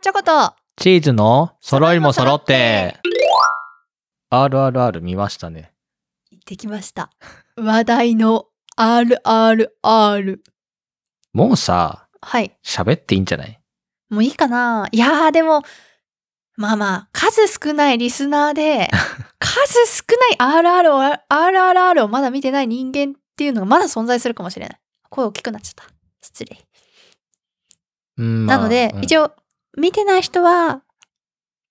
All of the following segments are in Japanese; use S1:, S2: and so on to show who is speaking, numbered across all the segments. S1: チョコと
S2: チーズの揃いも揃って RRR 見ましたね
S1: 行ってきました。話題の RRR。
S2: もうさ
S1: はい。
S2: 喋っていいんじゃない
S1: もういいかないやーでも、まあまあ、数少ないリスナー で、数少ない RR を、RRR をまだ見てない人間っていうのがまだ存在するかもしれない。声大きくなっちゃった。失礼。
S2: うん
S1: なので、一
S2: 応
S1: 応、見てない人は、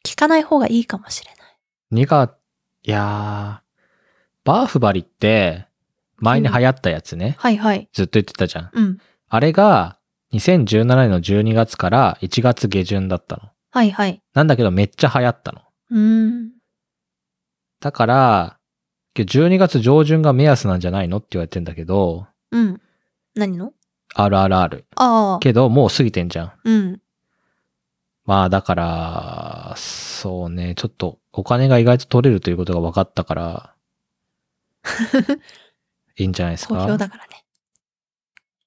S1: 聞かない方がいいかもしれない。
S2: 2月いやーバーフバリって前に流行ったやつね、
S1: はいはい。
S2: ずっと言ってたじゃん
S1: うん。
S2: あれが2017年の12月から1月下旬だったの
S1: はいはい。
S2: なんだけどめっちゃ流行ったの
S1: うーん。
S2: だから12月上旬が目安なんじゃないのって言われてんだけど
S1: うん。何の
S2: RRR
S1: ああ。
S2: けどもう過ぎてんじゃん
S1: うん。
S2: まあだから、そうね、ちょっとお金が意外と取れるということが分かっ たから、いいんじゃないです
S1: 好
S2: か。
S1: 評だからね。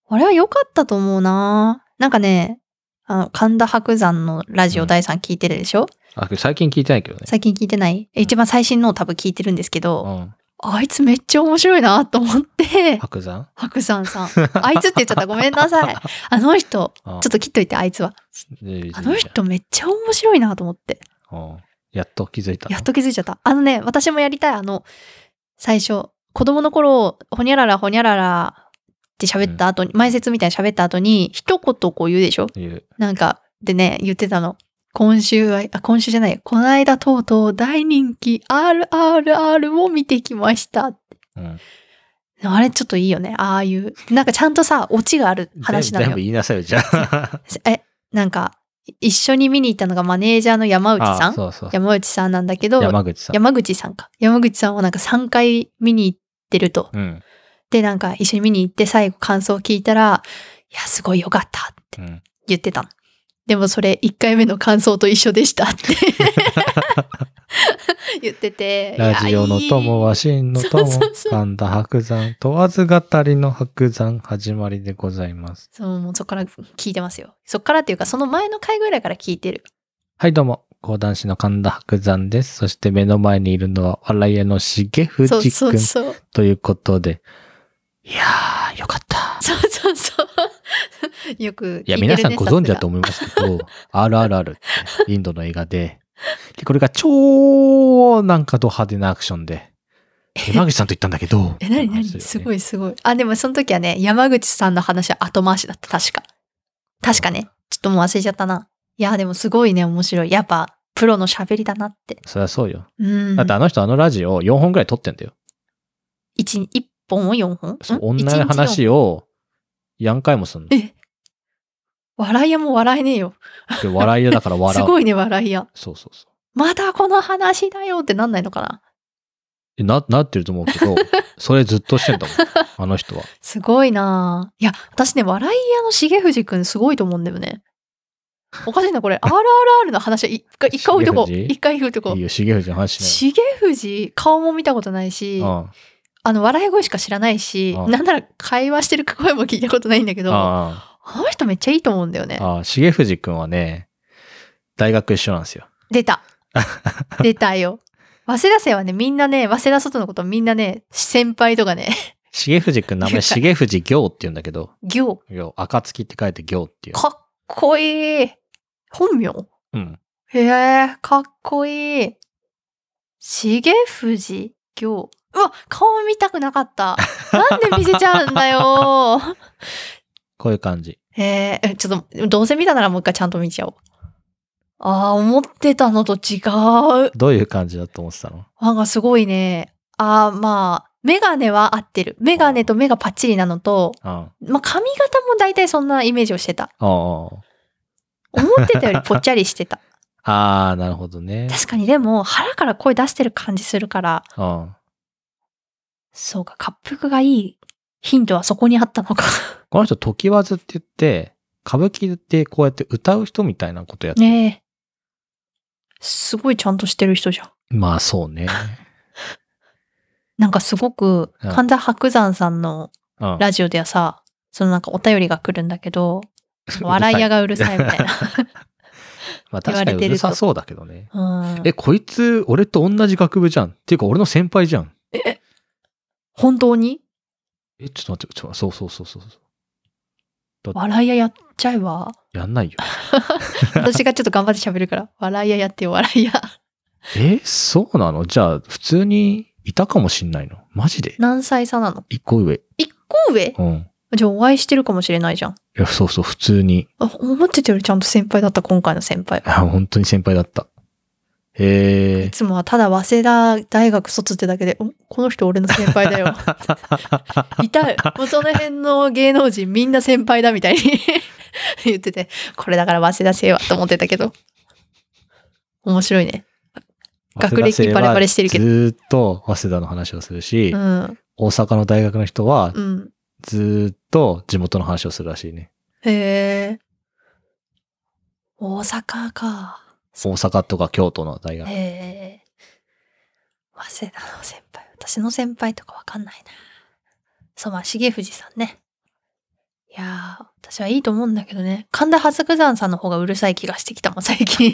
S1: あれは良かったと思うななんかね、あの、神田伯山のラジ
S2: う
S1: オ
S2: ん
S1: 第3聞いてるでしょ、
S2: あ最近聞いてないけどね。
S1: 最近聞いてない
S2: ん
S1: 一番最新のを多分聞いてるんですけ
S2: う
S1: ど、
S2: ん。
S1: あいつめっちゃ面白いなと思って、
S2: 白山
S1: 伯山さ ん。あいつって言っちゃった。ごめんなさい。あの人、
S2: ち
S1: ち
S2: ょ
S1: ょっと切っといて、あいつは。あの人めっちゃ面白いなと思って。
S2: うん。やっと気づいたの。
S1: やっと気づいちゃった。あのね、私もやりたい。あの、最初、子供の頃、ほにゃららほにゃららって喋った後に、前説みたいに喋った後に、一言こう言うでしょ
S2: いう。
S1: なんか、でね、言ってたの。今週は、あ、今週じゃないよ。この間とうとう大人気 RRR を見てきました。
S2: うん。
S1: あれちょっといいよね。ああいう。なんかちゃんとさ、オチがある話な
S2: 全部全
S1: の
S2: 部
S1: よ。
S2: 言いなさいよ、じゃあ。
S1: え、なんか、一緒に見に行ったのがマネージャーの山内さ
S2: あ
S1: ん
S2: そうそう。
S1: 山内さんなんだけど、
S2: 山口さん。
S1: 山口さんか。山口さんをなんか3回見に行ってると。
S2: うん。
S1: で、なんか一緒に見に行って最後感想を聞いたら、いや、すごいよかったって
S2: うん。
S1: 言ってたの。でもそれ1回目の感想と一緒でしたって 言ってて。
S2: ラジオの友は真の友
S1: そうそう、そう
S2: 神田白山、問わず語りの白山始まりでございます。
S1: そう、もうそこから聞いてますよ。そこからっていうか、その前の回ぐらいから聞いてる。
S2: はい、どうも。講談師の神田伯山です。そして目の前にいるのは笑い屋の重藤
S1: そう
S2: 君
S1: そうそう。
S2: ということで。いやー、よかった。
S1: そうそうそう。よく聞いてる、ね、
S2: いや、皆さんご存知だと
S1: 思、
S2: 思いますけど、RRR ってインドの映画で、でこれが超なんかド派手なアクションで、山口さんと言ったんだけど
S1: え、なになにすご
S2: い。
S1: いすごい。あ、でもその時はね、山口さんの話は後回しだった、確か。確かね。ちょっともう忘れちゃったな。いや、でもすごいね、面白い。やっぱ、プロの喋りだなって。
S2: そりゃそうよ。
S1: うん。
S2: だってあの人あのラジオ4本ぐらい撮ってんだよ。
S1: 一日一本を4本
S2: そうん同じ
S1: 一日四本
S2: 話を何回もすんの。
S1: え笑いやも笑えねえよ。
S2: で笑い屋だか ら
S1: す
S2: 笑う。
S1: ごいね、笑いや。
S2: そうそうそう。
S1: またこの話だよってなんないのかな
S2: えな、なってると思うけ ど、それずっとしてんだもん。あの人は。
S1: すごいなあいや、私ね、笑い屋の重藤くんすごいと思うんだよね。おかしいな、こ れ。RRR の話は一回、一回置いとこう。
S2: 重藤
S1: 一回置いとこう
S2: いい。よ、重藤の話し
S1: 重藤顔も見たことないし、
S2: ない。うん。
S1: あの笑い声しか知らないし、
S2: うん
S1: なんなら会話してる声も聞いたことないんだけど、あ
S2: あ
S1: の人めっちゃいいと思うんだよね
S2: あ、。ああ、重藤くんはね、大学一緒なんですよ。
S1: 出 た。出たよ。早稲田生はね、みんなね、早稲田外のことみんなね、先輩とか ね、
S2: 重藤くん名前、重藤行って言うんだけど、
S1: 行、
S2: 行、暁って書いて行っていう。
S1: かっこいい。本名
S2: うん。
S1: へえ、かっこいい。重藤行。うわ、顔見たくなかった。なんで見せちゃうんだよ。
S2: こういう感じ。
S1: えー、えちょっと、どうせ見たならもう一回ちゃんと見ちゃおう。ああ、思ってたのと違う。
S2: どういう感じだと思ってたの
S1: なんかすごいね。ああ、まあ、メガネは合ってる。メガネと目がパッチリなのと、
S2: うん。あ
S1: まあ髪型も大体そんなイメージをしてた。
S2: ああ
S1: 思ってたよりぽっちゃりして た。
S2: あ、ああなるほどね。
S1: 確かにでも腹から声出してる感じするから、
S2: うん。
S1: そうか、滑腹がいいヒントはそこにあったのか。
S2: この人、時わずって言って、歌舞伎ってこうやって歌う人みたいなことやって、
S1: ねえ。すごいちゃんとしてる人じゃん。
S2: まあそうね。
S1: なんかすごく、
S2: うん
S1: 神田伯山さんの
S2: うん。
S1: ラジオではさ、そのなんかお便りが来るんだけど、笑い屋がうるさいみたいな。
S2: まあ確か
S1: 言われ
S2: に
S1: て
S2: う
S1: る
S2: る
S1: と
S2: さそうだけどね。
S1: うん
S2: え、こいつ、俺と同じ学部じゃん。っていうか、俺の先輩じゃん。
S1: 本当に
S2: え、ちょっと待って、ちょっと、そうそうそうそうそう。
S1: 笑い屋やっちゃえば
S2: やんないよ。
S1: 私がちょっと頑張って喋るから笑い屋やってよ笑い屋
S2: え、そうなのじゃあ、普通にいたかもしんないの。マジで
S1: 何歳差なの
S2: 一個上。
S1: 一個上
S2: うん。い
S1: じゃあお会いしてるかもしれないじゃん
S2: や、そうそう、普通に。
S1: あ思ってたよりちゃんと先輩だった今回の先輩
S2: あ本当に先輩だった。へ
S1: い
S2: え。
S1: つもはただ早稲田大学卒ってだけで、んこの人俺の先輩だよ。いたい。もうその辺の芸能人みんな先輩だみたいに 言ってて、これだから早稲田生はと思ってたけど。面白いね。学歴バレバレしてるけど
S2: 早稲田生はずーっと早稲田の話をするし、
S1: うん。
S2: 大阪の大学の人は
S1: うん。
S2: ずーっと地元の話をするらしいね。
S1: へえ。大阪か。
S2: 大阪とか京都の大学。
S1: へえ。早稲田の先輩。私の先輩とかわかんないな。そう、まあ、重藤さんね。いやー、私はいいと思うんだけどね。神田伯山さんの方がうるさい気がしてきたもん、最近。
S2: い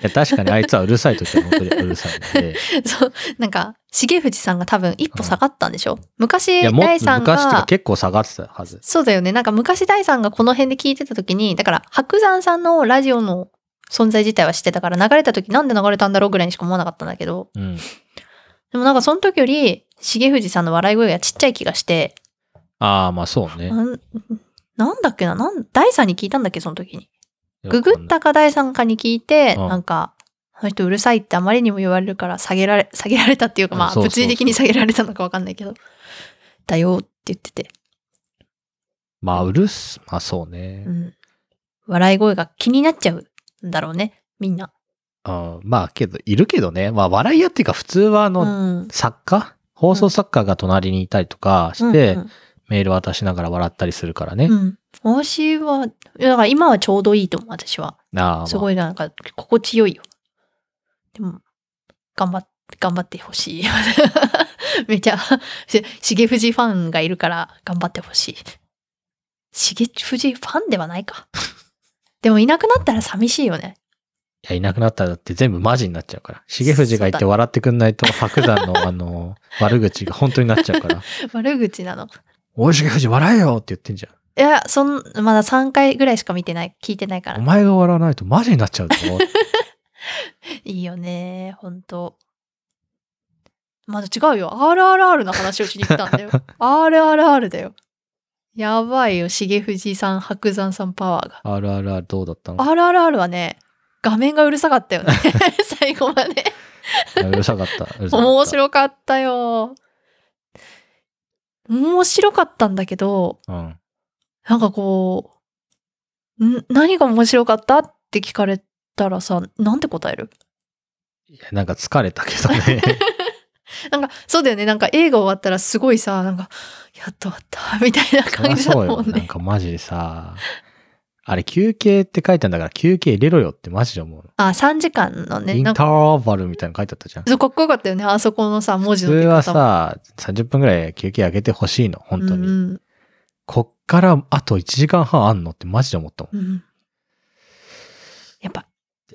S2: や確かにあいつはうるさい時は本当にうるさいので。
S1: そう、なんか、重藤さんが多分一歩下がったんでしょ、昔、
S2: いや、もっ
S1: 大
S2: と
S1: さん
S2: 昔とか
S1: が、
S2: 結構下がってたはず。
S1: そうだよね。なんか昔大さんがこの辺で聞いてた時に、だから白山さんのラジオの存在自体は知ってたから、流れた時なんで流れたんだろうぐらいにしか思わなかったんだけど、
S2: うん。
S1: でもなんかその時より重藤さんの笑い声がちっちゃい気がして、
S2: ああ、まあそうね。
S1: なんなんだっけななん大さんに聞いたんだっけその時に。ググっ
S2: った
S1: か大さんかに聞いて、
S2: うん
S1: なんか、あの人うるさいってあまりにも言われるから下げられ、 下げられたっていうか、ま
S2: うん
S1: あ
S2: そうそうそう
S1: 物理的に下げられたのかわかんないけど、だよって言ってて、
S2: まあうるす、まあそうね。
S1: うん。笑い声が気になっちゃうんだろうね、みんな。
S2: うん、まあけど、いるけどね。まあ笑い屋っていうか普通はあ
S1: う
S2: の、
S1: ん。
S2: 作家放送作家が隣にいたりとかして、
S1: うん
S2: メール渡しながら笑ったりするからね。
S1: うん、うん。私は、いやだから今はちょうどいいと思う、私は。
S2: ああ、
S1: すご
S2: い。
S1: いなんか心地よいよ。でも、頑張って、頑張ってほしい。 めちゃ、しげふじファンがいるから頑張ってほしい。しげふじファンではないか。 でもいなくなったら寂しいよね。
S2: いや、いなくなったらだって全部マジになっちゃうから。重藤が
S1: そ
S2: い
S1: うだ
S2: て
S1: ね
S2: 笑ってくんないと、白山 のあの、悪口が本当になっちゃうから。
S1: 悪口なの。
S2: おい、重藤笑えよって言ってんじゃ
S1: いや、そん、まだ3回ぐらいしか見てない、聞いてないか
S2: ん。お
S1: ら。
S2: 前が笑わないとマジにな っちゃうぞ。
S1: いいよね、ほんと。まだ違うよ。RRR の話をしに来たんだ よ。RRR だよ。やばいよ、しげふじさん、白山さんパワーが。
S2: RRR どうだったの
S1: RRR はね、画面がうるさかった よね。最後まで。
S2: あうるさかった。うるさかった
S1: 面白かったよ。面白かったんだけど、
S2: うん。
S1: なんかこう、ん何が面白かったって聞かれたらさ、なんて答える
S2: いや、なんか疲れたけどね。
S1: なんか、そうだよね。なんか映画終わったらすごいさ、なんか、やっと終わった、 みたいな
S2: そり
S1: 感
S2: ゃ
S1: じだ
S2: そう
S1: も
S2: よ。
S1: ん
S2: なん
S1: ね。
S2: かマジでさ、あれ休憩って書いてあるんだから休憩入れろよってマジで思うの。
S1: あ、3時間のね、
S2: イン
S1: なん
S2: タ
S1: か、
S2: ーバルみたいなの書いてあったじゃん。
S1: そうかっこよかったよね。あそこのさ、文
S2: 普
S1: 字
S2: 通
S1: の出
S2: は
S1: 方も。
S2: さ、30分ぐらい休憩あげてほしいの、本当に。
S1: うんうん
S2: こっからあと1時間半あんのってマジで思ったもん。
S1: うんやっぱ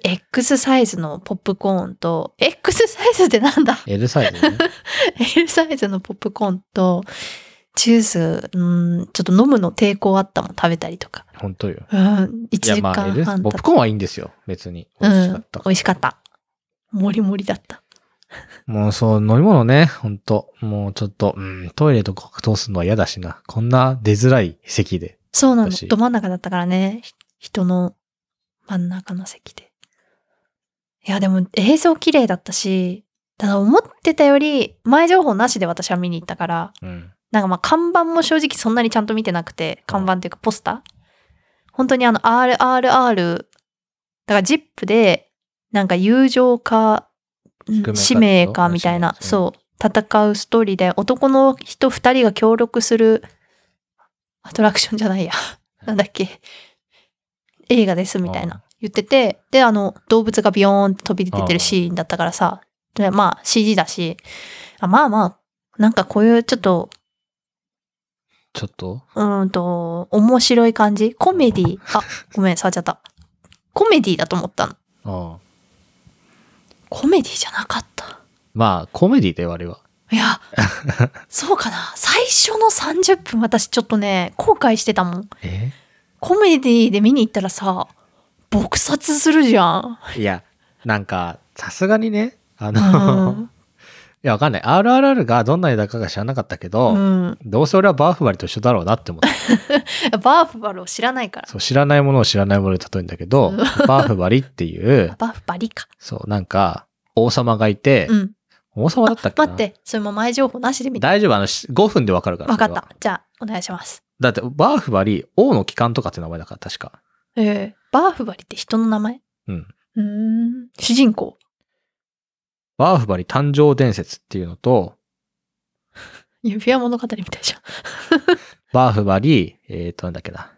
S1: X サイズのポップコーンと X サイズってなんだ
S2: L サイズね。
S1: L サイズのポップコーンとジュースうんちょっと飲むの抵抗あったもん食べたりとか、
S2: 本当よ。
S1: うん、1
S2: い
S1: 時
S2: や、
S1: 間
S2: まあ L
S1: 半、経
S2: ポ
S1: っ
S2: ップ
S1: た
S2: コーンはいいんですよ、別に。美味しか
S1: うん
S2: った。
S1: 美味しかったもりもりだった
S2: もうそう、飲み物ね、本当もうちょっと、うん、トイレとか通すのは嫌だしな。こんな出づらい席で。
S1: そうなの
S2: 私
S1: ど真ん中だったからねひ人の真ん中の席でいやでも映像綺麗だったしただ思ってたより前情報なしで私は見に行ったから
S2: うん。
S1: なんかまあ看板も正直そんなにちゃんと見てなくて、看板っていうかポスター本当にあの RRR、だから ZIP で、なんか友情か、
S2: 宿命か
S1: うん使命かみたいな、
S2: 使命
S1: そう、戦うストーリーで男の人2人が協力するアトラクションじゃないや。なんだっけ。映画ですみたいな。言ってて、で、あの、動物がビヨーンって飛び出てるシーンだったからさ、でまあ CG だし、あまあまあ、なんかこういうちょっと
S2: ちょっと
S1: うーんと、面白い感じコメディあ、ごめん、触っちゃった。コメディだと思ったの。
S2: うん。
S1: コメディじゃなかった。
S2: まあ、コメディで我々は。
S1: い や、そうかな。最初の30分私ちょっとね、後悔してたもん。
S2: え
S1: コメディで見に行ったらさ、撲殺するじゃ ん。
S2: いや、なんか、さすがにね、あ
S1: う
S2: の、 い
S1: ん
S2: や、わかんない。RRR がどんな映画かが知らなかったけど、
S1: うん、
S2: どうせ俺はバーフバリと一緒だろうなって 思って。
S1: バーフバルを知らないから。
S2: そう、知らないものを知らないもので例えるんだけど、
S1: うん
S2: バーフバリっていう、
S1: バーフバリか。
S2: そう、なんか、王様がいて、
S1: うん。
S2: 王様だったっけな
S1: 待って、それも前情報なしで見て。
S2: 大丈夫、あの、し5分でわかるから。
S1: わかっ
S2: それは
S1: た。。じゃあ、お願いします。
S2: だって、バーフバリ、王の帰還とかって名前だから、確か。
S1: えー、バーフバリって人の名前
S2: うん。
S1: うーん。主人公。
S2: バーフバリ誕生伝説っていうのと、
S1: 指輪物語みたいじゃん。
S2: バーフバリ、えっ、と、なんだっけな。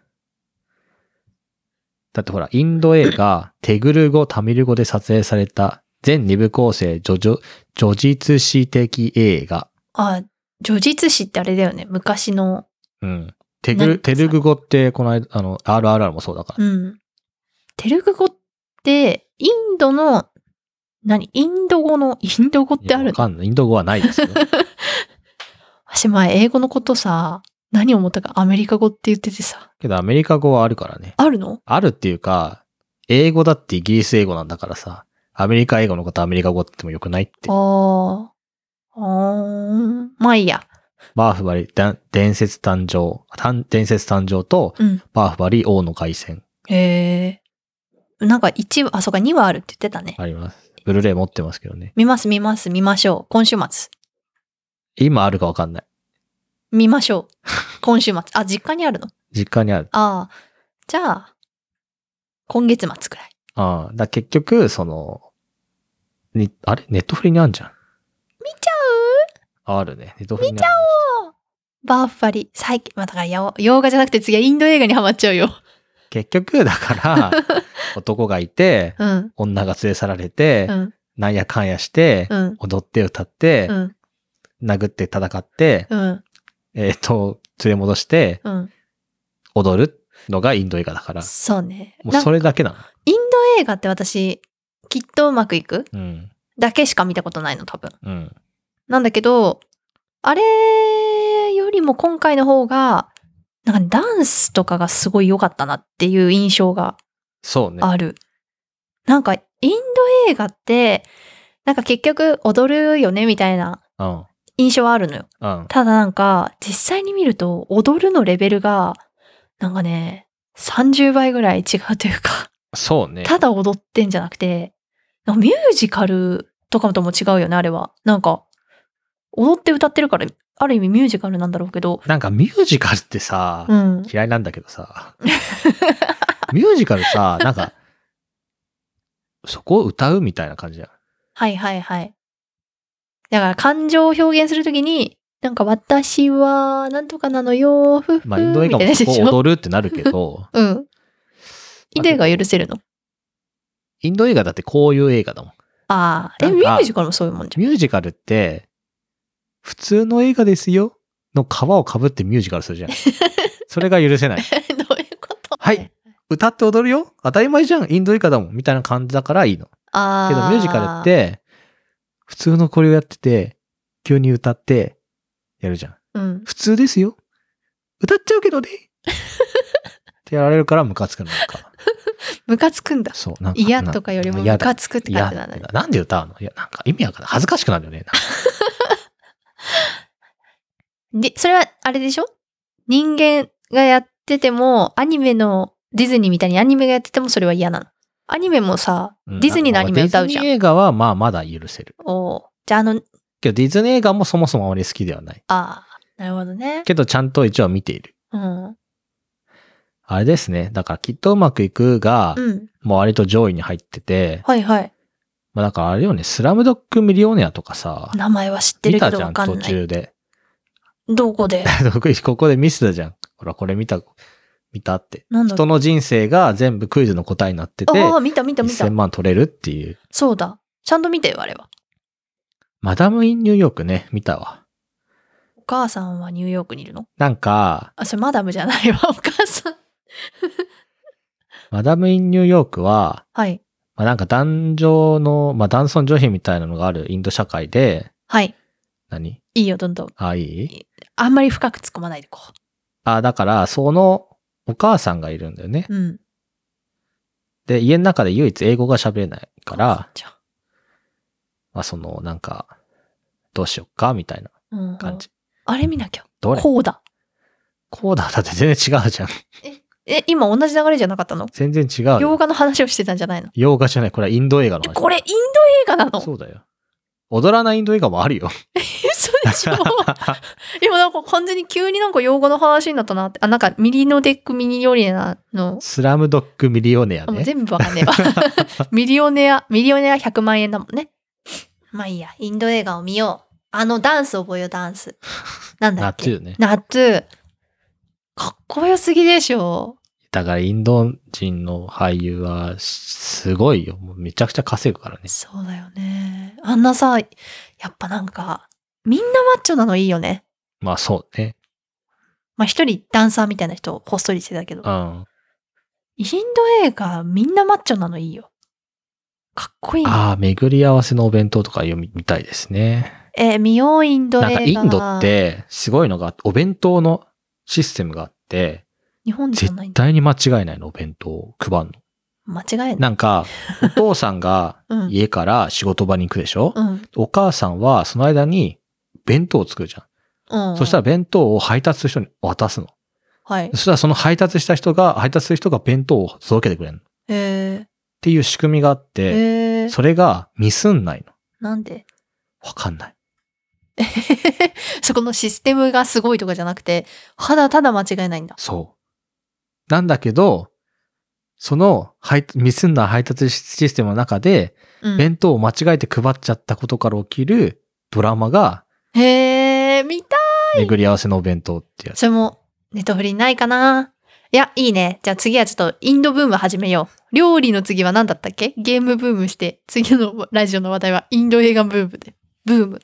S2: だってほら、インド映画、テグル語、タミル語で撮影された、全2部構成、叙々叙実史的映画。
S1: あ、叙述詩ってあれだよね。昔の。
S2: うん。テグル、
S1: 何
S2: テルグ語って、この間、あの、RRR もそうだから。
S1: うん。テルグ語って、インドの、何インド語の、インド語ってあ
S2: いや
S1: る
S2: わかんない。インド語はな いですよ。
S1: 私前英語のことさ、何を思ったかアメリカ語って言っててさ、
S2: けど、アメリカ語はあるからね。
S1: あるの
S2: あるっていうか、英語だってイギリス英語なんだからさ、アメリカ英語のことアメリカ語って言ってもよくないって
S1: あ。ーあー。まあいいや。
S2: バーフバリ、だ伝説誕生、誕伝説誕生と、
S1: うん。
S2: バーフバリ王の凱旋
S1: えー。なんか1話、あ、そうか、2話あるって言ってたね。
S2: あります。ブルーレイ持ってますけどね。
S1: 見ます、見ます、見ましょう。今週末。
S2: 今あるかわかんない。
S1: 見ましょう。今週末。あ、実家にあるの
S2: 実家にある。
S1: ああ。じゃあ、今月末くらい。
S2: ああ、だ結局、その、に、あれネットフリにあるじゃん。
S1: 見ちゃ
S2: あるね。ネットフリにある。
S1: うバーフバリ。最近、まあ、だからや、洋画じゃなくて次はインド映画にハマっちゃうよ。
S2: 結局、だ から、男がいて、
S1: うん。
S2: 女が連れ去られて、
S1: うん。
S2: なんやかんやして、
S1: うん。
S2: 踊って歌って、
S1: うん。
S2: 殴って戦って、
S1: うん。
S2: えっ、と、連れ戻して
S1: うん。
S2: 踊るのがインド映画だから。
S1: そうね。
S2: もうそ
S1: なん
S2: れだけな
S1: インド映画って私、きっとうまくいく
S2: の。うん。
S1: だけしか見たことないの、多分。
S2: うん。
S1: なんだけど、あれよりも今回の方が、なんかダンスとかがすごい良かったなっていう印象が
S2: そうね。
S1: ある。なんかインド映画って、なんか結局踊るよねみたいな
S2: うん。
S1: 印象はあるのよ。
S2: うん。
S1: ただなんか実際に見ると踊るのレベルが、なんかね、30倍ぐらい違うというか、
S2: そうね。
S1: ただ踊ってんじゃなくて、なんかミュージカルとかとも違うよね、あれは。なんか、踊って歌ってるから、ある意味ミュージカルなんだろうけど、
S2: なんかミュージカルってさ、
S1: うん。
S2: 嫌いなんだけどさ。 ミュージカルさ、なんか、そこを歌うみたいな感じだ。
S1: はいはいはい。だから感情を表現するときに、なんか私は、なんとかなのよ、ふふ、
S2: まあ、インド映
S1: み
S2: 画
S1: たいな
S2: も
S1: やつ
S2: そ
S1: で
S2: こ
S1: し
S2: を
S1: ょ。
S2: 踊るってなるけど、
S1: うん。インド映画許せるの
S2: インド映画だってこういう映画だもん。
S1: ああ。え、
S2: なん
S1: ミ
S2: か
S1: ュージカルもそういうもんじゃん。
S2: ミュージカルって、普通の映画ですよの皮をかぶってミュージカルするじ ゃん。それが許せない。
S1: どういうこと
S2: はい。歌って踊るよ当たり前じゃんインド映画だもんみたいな感じだからいいの。
S1: ああ。
S2: けどミュージカルっ、て、普通のこれをやってて、急に歌って、やるじゃん。
S1: うん。
S2: 普通ですよ歌っちゃうけ どねってやられるからムカつくのなんか。
S1: ムカつくんだ。
S2: そう。なんか
S1: 嫌とかよりもムカ
S2: つ
S1: つくって
S2: 嫌
S1: 感
S2: だ
S1: じな
S2: 嫌だ
S1: んだね。
S2: なんで歌うのいや、なんか意味わかんない。恥ずかしくなるよね。なんか
S1: で、それはあれでしょ人間がやってても、アニメの、ディズニーみたいにアニメがやっててもそれは嫌なの。アニメもさ、
S2: うん
S1: ディズニーのアニメ歌うじゃん。
S2: ディズニー映画はまあまだ許せる。
S1: おーじゃああの、
S2: けどディズニー映画もそもそもあまり好きではない。
S1: ああ、なるほどね。
S2: けどちゃんと一応見ている。
S1: うん。
S2: あれですね。だからきっとうまくいくが、
S1: うん。
S2: もう割と上位に入ってて、
S1: はいはい。
S2: まあだからあれよね、スラムドッグミリオネアとかさ、
S1: 名前は知って
S2: 見
S1: るけ
S2: た
S1: ど
S2: じゃ
S1: わ
S2: ん、
S1: か
S2: 途
S1: んない。
S2: 中で。
S1: どこで
S2: ここで ミスだじゃん。ほら、これ見た、見たって。
S1: なんだ
S2: 人の人生が全部クイズの答えになってて、
S1: ああ、見た見た見た
S2: 1000。万取れるっていう。
S1: そうだ。ちゃんと見てよ、あれは。
S2: マダム・イン・ニューヨークね、見たわ。
S1: お母さんはニューヨークにいるの
S2: なんか、
S1: あ、それマダムじゃないわ、お母さん。
S2: マダム・イン・ニューヨークは、
S1: はい。
S2: まあ、なんか男女の、まあ、男尊女卑みたいなのがあるインド社会で、
S1: はい。
S2: 何
S1: いいよ、どんどん。
S2: あ、いい
S1: あんまり深く突っ込まないでこ
S2: あ、だから、そのお母さんがいるんだよね。
S1: う。うん。
S2: で、家の中で唯一英語が喋れないから、
S1: じゃあ
S2: まあ、その、なんか、どうしよっかみたいな
S1: うんうん
S2: 感じ。
S1: あれ見なきゃ。
S2: どれ
S1: こうだ。
S2: こうだ。だって全然違うじゃん。
S1: え、今同じ流れじゃなかったの
S2: 全然違うよ。
S1: 洋画の話をしてたんじゃないの
S2: 洋画じゃない。これはインド映画の
S1: え、
S2: 話。
S1: これインド映画なの
S2: そうだよ。踊らないインド映画もある よ。
S1: 嘘でしょ今なんか完全に急になんか用語の話になったなって。あ、なんかミリノデックミニオリナの、
S2: スラムドッグミリオネア
S1: あもう
S2: ね。
S1: 全部わかんねえわ。 ミリオネア、ミリオネア100万円だもんね。まあいいや、インド映画を見よう。あのダンス覚えよう、ダンス。なんだ
S2: ナ
S1: っ
S2: ト
S1: け
S2: ゥーね。
S1: 夏。かっこよすぎでしょ。
S2: だからインド人の俳優はすごいよ。もうめちゃくちゃ稼ぐからね。
S1: そうだよね。あんなさ、やっぱなんか、みんなマッチョなのいいよね。
S2: まあそうね。
S1: まあ一人ダンサーみたいな人ほっそりしてたけど
S2: う。ん。
S1: インド映画みんなマッチョなのいいよ。かっこいいな。
S2: ああ、巡り合わせのお弁当とか読みみたいですね。
S1: えー見よう、インド映
S2: な
S1: 画。
S2: んかインドっ。てすごいのが、お弁当のシステムがあって、
S1: 日本じゃ
S2: 絶
S1: ないんだ。
S2: 対に間違いないの、お弁当を配るの。
S1: 間違えない。
S2: なんか、お父さんが
S1: うん。
S2: 家から仕事場に行くでしょ、
S1: うん。
S2: お母さんはその間に弁当を作るじゃん。
S1: うん。
S2: そした
S1: ら、
S2: ら弁当を配達する人に渡すの。
S1: はい
S2: そ。したらその配達した人が、配達する人が弁当を届けてくれるの。っ
S1: え
S2: ていう仕組みがあっ
S1: ー、
S2: て、
S1: えー、
S2: それがミスんないの。
S1: なんで
S2: わかんない。
S1: そこのシステムがすごいとかじゃなくて、ただただ間違えないんだ。
S2: そう。なんだけど、その配ミスんない配達システムの中で、
S1: うん。
S2: 弁当を間違えて配っちゃったことから起きるドラマが、
S1: へえ、見た
S2: 巡り合わせのお弁当ってやつ。
S1: それも、ネットフリないかないや、いいね。じゃあ次はちょっとインドブーム始めよう。料理の次は何だったっけゲームブームして、次のラジオの話題はインド映画ブームで。ブーム。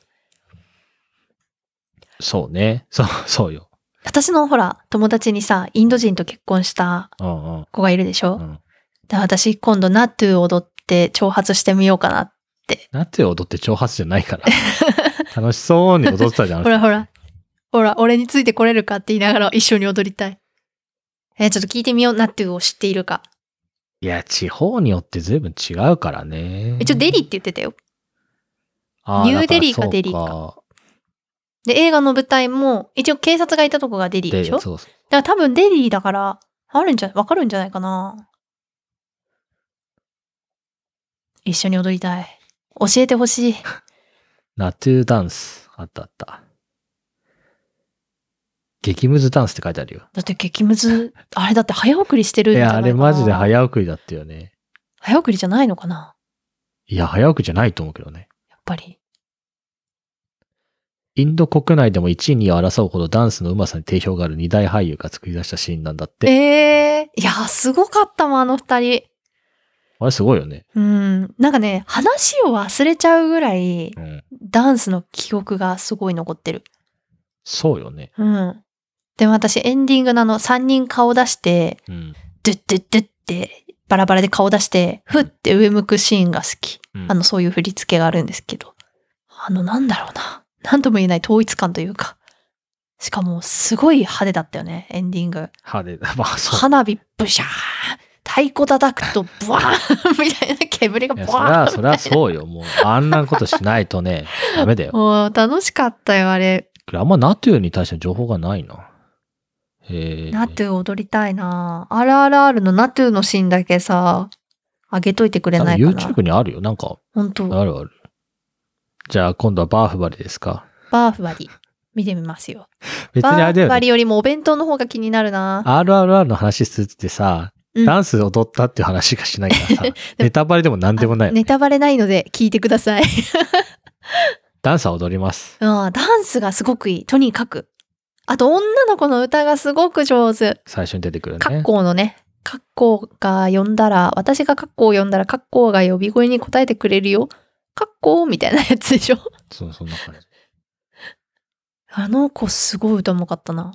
S2: そうね。そう、そうよ。
S1: 私のほら、友達にさ、インド人と結婚した
S2: うんうん。
S1: 子がいるでしょ、
S2: うん、
S1: で私今度ナトゥ踊って挑発してみようかな。
S2: なんて踊って挑発じゃな いから。楽しそうに踊ってたじゃん。
S1: ほらほら。ほら、俺についてこれるかって言いながら一緒に踊りたい。えーちょっと聞いてみよう。ナトゥを知っているか。
S2: いや、地方によって随分違うからね。
S1: 一応デリーって言ってたよ。
S2: あー
S1: ニューデリーか
S2: だらそう
S1: デリーかで、映画の舞台も、一応警察がいたとこがデリーで
S2: で
S1: しょだか
S2: そうそう。
S1: ら多分デリーだから、あるんじゃ、わかるんじゃないかな。一緒に踊りたい。教えてほしい。
S2: ナトゥーダンス。あったあった。激ムズダンスって書いてあるよ。
S1: だって激ムズ、あれだって早送りしてる
S2: い
S1: んじゃない
S2: や、
S1: か
S2: あ
S1: な
S2: れマジで早送りだったよね。
S1: 早送りじゃないのかない
S2: や、早送りじゃないと思うけどね。
S1: やっぱり。
S2: インド国内でも1位2位を争うほどダンスのうまさに定評がある二大俳優が作り出したシーンなんだって。
S1: ええいや、すごかったもん、あの二人。
S2: あれすごいよね。
S1: うん。なんかね、話を忘れちゃうぐらい、
S2: うん。
S1: ダンスの記憶がすごい残ってる。
S2: そうよね。
S1: うん。でも私、エンディングのあの、三人顔出して、
S2: うん。
S1: ドゥッドゥッドゥッって、バラバラで顔出して、ふって上向くシーンが好き。
S2: うん
S1: あの、そういう振り付けがあるんですけど。あの、なんだろうな。なんとも言えない統一感というか。しかも、すごい派手だったよね、エンディング。
S2: 派手だ。ま あそう。
S1: 花火ブシャー太鼓叩くとブワー ンみたいな煙が
S2: い
S1: ブ
S2: や、そり
S1: ワ
S2: ゃ、
S1: ー
S2: そ
S1: ン
S2: りゃそうよ。もう、あんなことしないとね、 ダメだよ。
S1: もう楽しかったよあれ
S2: これあんまナトゥーに対しての情報がないな。えー、
S1: ナトゥ踊りたいな RRR のナトゥのシーンだけさ上げといてくれないか
S2: 多
S1: な
S2: 分 YouTube にあるよ。なんか、
S1: 本当
S2: あるある。じゃあ今度はバーフバリですか。
S1: バーフバリ見てみますよ
S2: 別に
S1: バー
S2: あれだ
S1: フ
S2: よ
S1: バ
S2: ね。
S1: リよりもお弁当の方が気になるな
S2: RRR の話するってさ、
S1: うん
S2: ダンス踊ったっていう話がしないから さ、
S1: も
S2: ネタバレでも何でもないよね、
S1: ネタバレないので聞いてくだ さい
S2: ダンスは踊ります。
S1: うんダンスがすごくいいとにかくあと女の子の歌がすごく上手
S2: 最初に出てくる
S1: カッ
S2: ね。
S1: コーのね、カッコーが呼んだら、私がカッコーを呼んだら、カッコーが呼び声に応えてくれるよ。カッコーみたいなやつでしょ。
S2: そう、そんな感じ。
S1: あの子すごい歌うまかったな。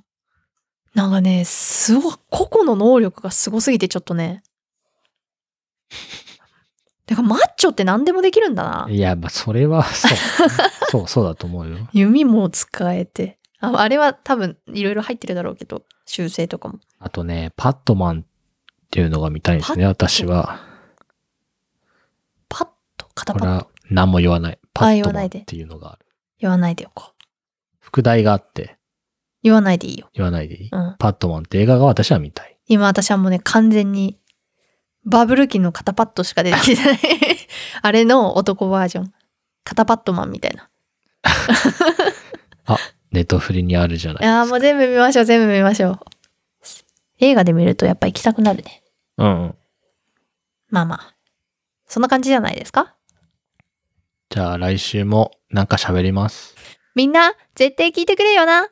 S1: なんかね、すごい、個々の能力がすごすぎてちょっとね、 だからマッチョって何でもできるんだな。
S2: いや、まあ、それ は、そう。そう、そうだと思うよ。
S1: 弓も使えて。ああれは多分いろいろ入ってるだろうけど、修正とかも。
S2: あとね、パットマンっていうのが見たいですね、私は。
S1: パッと、肩
S2: こ
S1: パ
S2: れ
S1: ッ
S2: は
S1: と。
S2: 何も言わない。パッ
S1: 言
S2: ト
S1: わ
S2: マ
S1: な
S2: ンっ
S1: いで
S2: ていうのがある。
S1: 言わないでよこう。
S2: 副題があって、
S1: 言わないでいいよ。
S2: 言わないでいい。
S1: うん。
S2: パットマンって映画が私は見たい。
S1: 今私はもうね、完全に、バブル期の肩パッドしか出てきて ない。あれの男バージョン。肩パッドマンみたいな。
S2: ネットフリにあるじゃない
S1: ああ、
S2: です
S1: もう全部見ましょう、全部見ましょう。映画で見るとやっぱ行きたくなるね。
S2: か。うんうん。
S1: まあまあ。そんな感じじゃないですか
S2: じゃあ来週もなんか喋ります。
S1: みんな、絶対聞いてくれよな。